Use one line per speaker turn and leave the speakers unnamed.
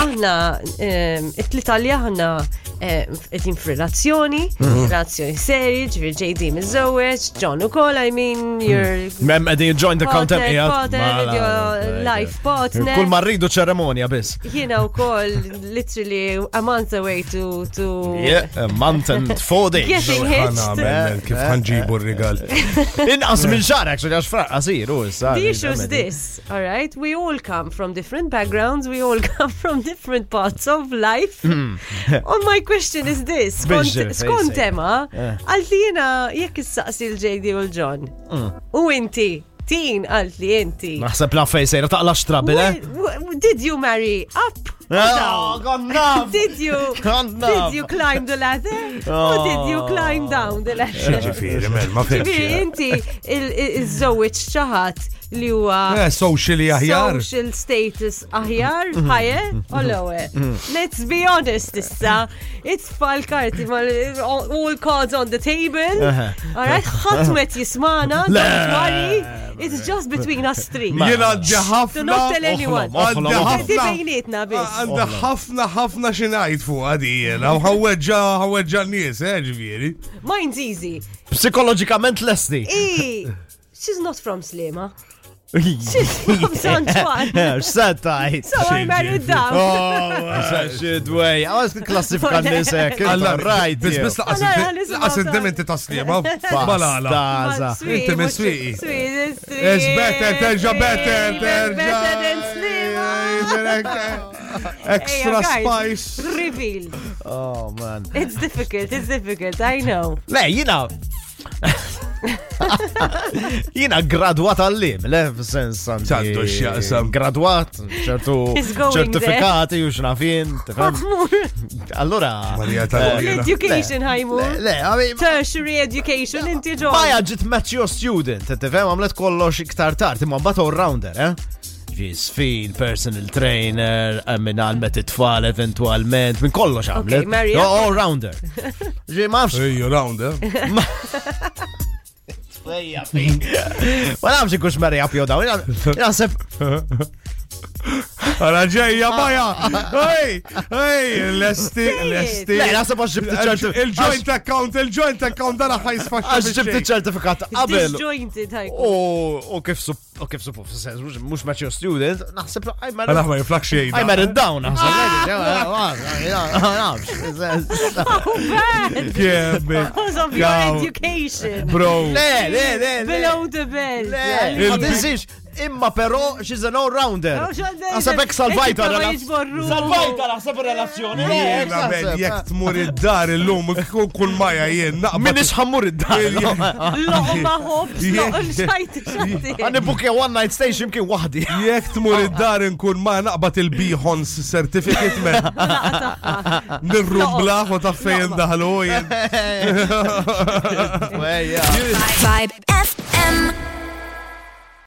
aħna ehm, it-tlitalja aħna qegħdin ehm, f'relazzjoni,
Mhm.
relazzjoni seri, ġifier JD miżewweġ, John ukoll, I mean, your
Mem għedin join Mhm. the content
partner, partner, your life partner.
Kull marridu ċeremonja biss.
You know, call literally a month away to to
Yeah, a month and four days.
getting hitched.
Għanamel, kif ħanġibu
eh,
r-rigal.
Inqas minn xar, actually, għax fraqqa sir, u issa.
The issue is this, all right? We all come from different backgrounds, we all come from different parts of life. On my question is this, skont
Bizzir,
skont
fejsej.
tema,
Eh.
għalti jena jekk issaqsi l-JD u l-John. U inti, tin għalti inti.
Naħseb la fej sejra taqla Ah, xtrabile.
Wh- wh- Did you marry up? or down?
gonna!
Did you
Gonna.
did you climb the ladder? Or did you climb down the ladder?
Ġifiri, mel, ma
Ġifiri,
fiex.
inti il-żowieċ ċaħat li huwa
Eh, Socially aħjar. Mhm.
social status aħjar, ħaje, u l-ewe. Let's be honest issa, it's fall karti ma all cards on the table.
Aha.
Alright, ħatmet jismana, don't worry, it's just between us three.
Ma-
Jena
Do
ġaħafna.
not tell anyone.
oħlom, oħlom,
Għaddi
Għaddi
ħafna.
bejnietna biss.
Għanda Ah, ħafna ħafna xinajt fuq għadi jena. U ħawweġġa, ħawweġġa n-nies, eh, ġifiri.
Mine's easy.
Psikologikament lesti.
I, she's not from Slima. She's from San Juan.
X'sed tajt?
So I married them.
Oh, shit way. Għaz klassifika n-nisek. Alla, eh, right.
Bis
you.
bis laqas
Alla,
id-
nisimgħu
laqas
ta-
id-dementi taslima. Balala.
Bastaza.
Inti minn Swiqi. Oh, ah, It's better, terġa better,
Better
terġa.
than Slima.
Extra
Ejja, guys.
spice.
Revealed.
Oh, man.
It's difficult, it's difficult, I know.
Le, jina. jina gradwat għallim, le, f-sens. għandi
Sandu x'jaqsam.
Gradwat, ċertu
He's going
ċertifikati u xnafin. tifhem? Allora.
Marija
Eh,
tal-għalina.
Education,
Le,
Hajmu.
le, għabi.
Tertiary education, inti ġo.
Maja ġit mature student, t-tifem, għamlet kollox iktar tard, imma bat all-rounder, eh? Ġi sfid, personal trainer, eh, minn għalmet it-tfal eventualment, minn kollox għamlet.
Maria.
No, all-rounder. Ġi mafx.
Ejju, round, eh?
Ma nafx ikux Marija pjo daw, jina- jina sepp
Għara ġeja, maja! Ej, ej, lesti, lesti.
Le, nasib għax ġibti
Il-
ċertifikat.
Il-joint account, il-joint account, dara ħajsfaxxa.
Għax ġibti ċertifikat qabel.
Disjointed,
Oh.
Hajmu.
U u kif sup- u kif suppost, sens, mux- mux mature student, naħseb
Għara
għajmer.
ma jiflak xejn.
Għajmer id-dawn, naħseb. Għajmer
Oh, bad.
Kjemmi.
Because of your
Ciao.
education.
Bro.
Le, le, le, le.
Below the belt.
Le, ma
Il-
tinsix, imma però she's an all-rounder.
Oh, xandejn.
Għasab ek salvajta
Inti prova
relaz-
jiġborru.
Salvajta naħseb il-relazzjoni. le, ek
Jena
naħseb,
ben,
eh.
jek tmur id-dar il-lum, kull maja jien,
Min
naqbad.
isħammur id-dar.
Loqma hops,
Yeah.
loqma xajti xajti.
Għanni bukja one night station kien wahdi.
Jek tmur id-dar nkun ma naqbad il-bihons certificate men, nirrublaħ u taffejn daħlu jien.
Ejja.
Vibe FM.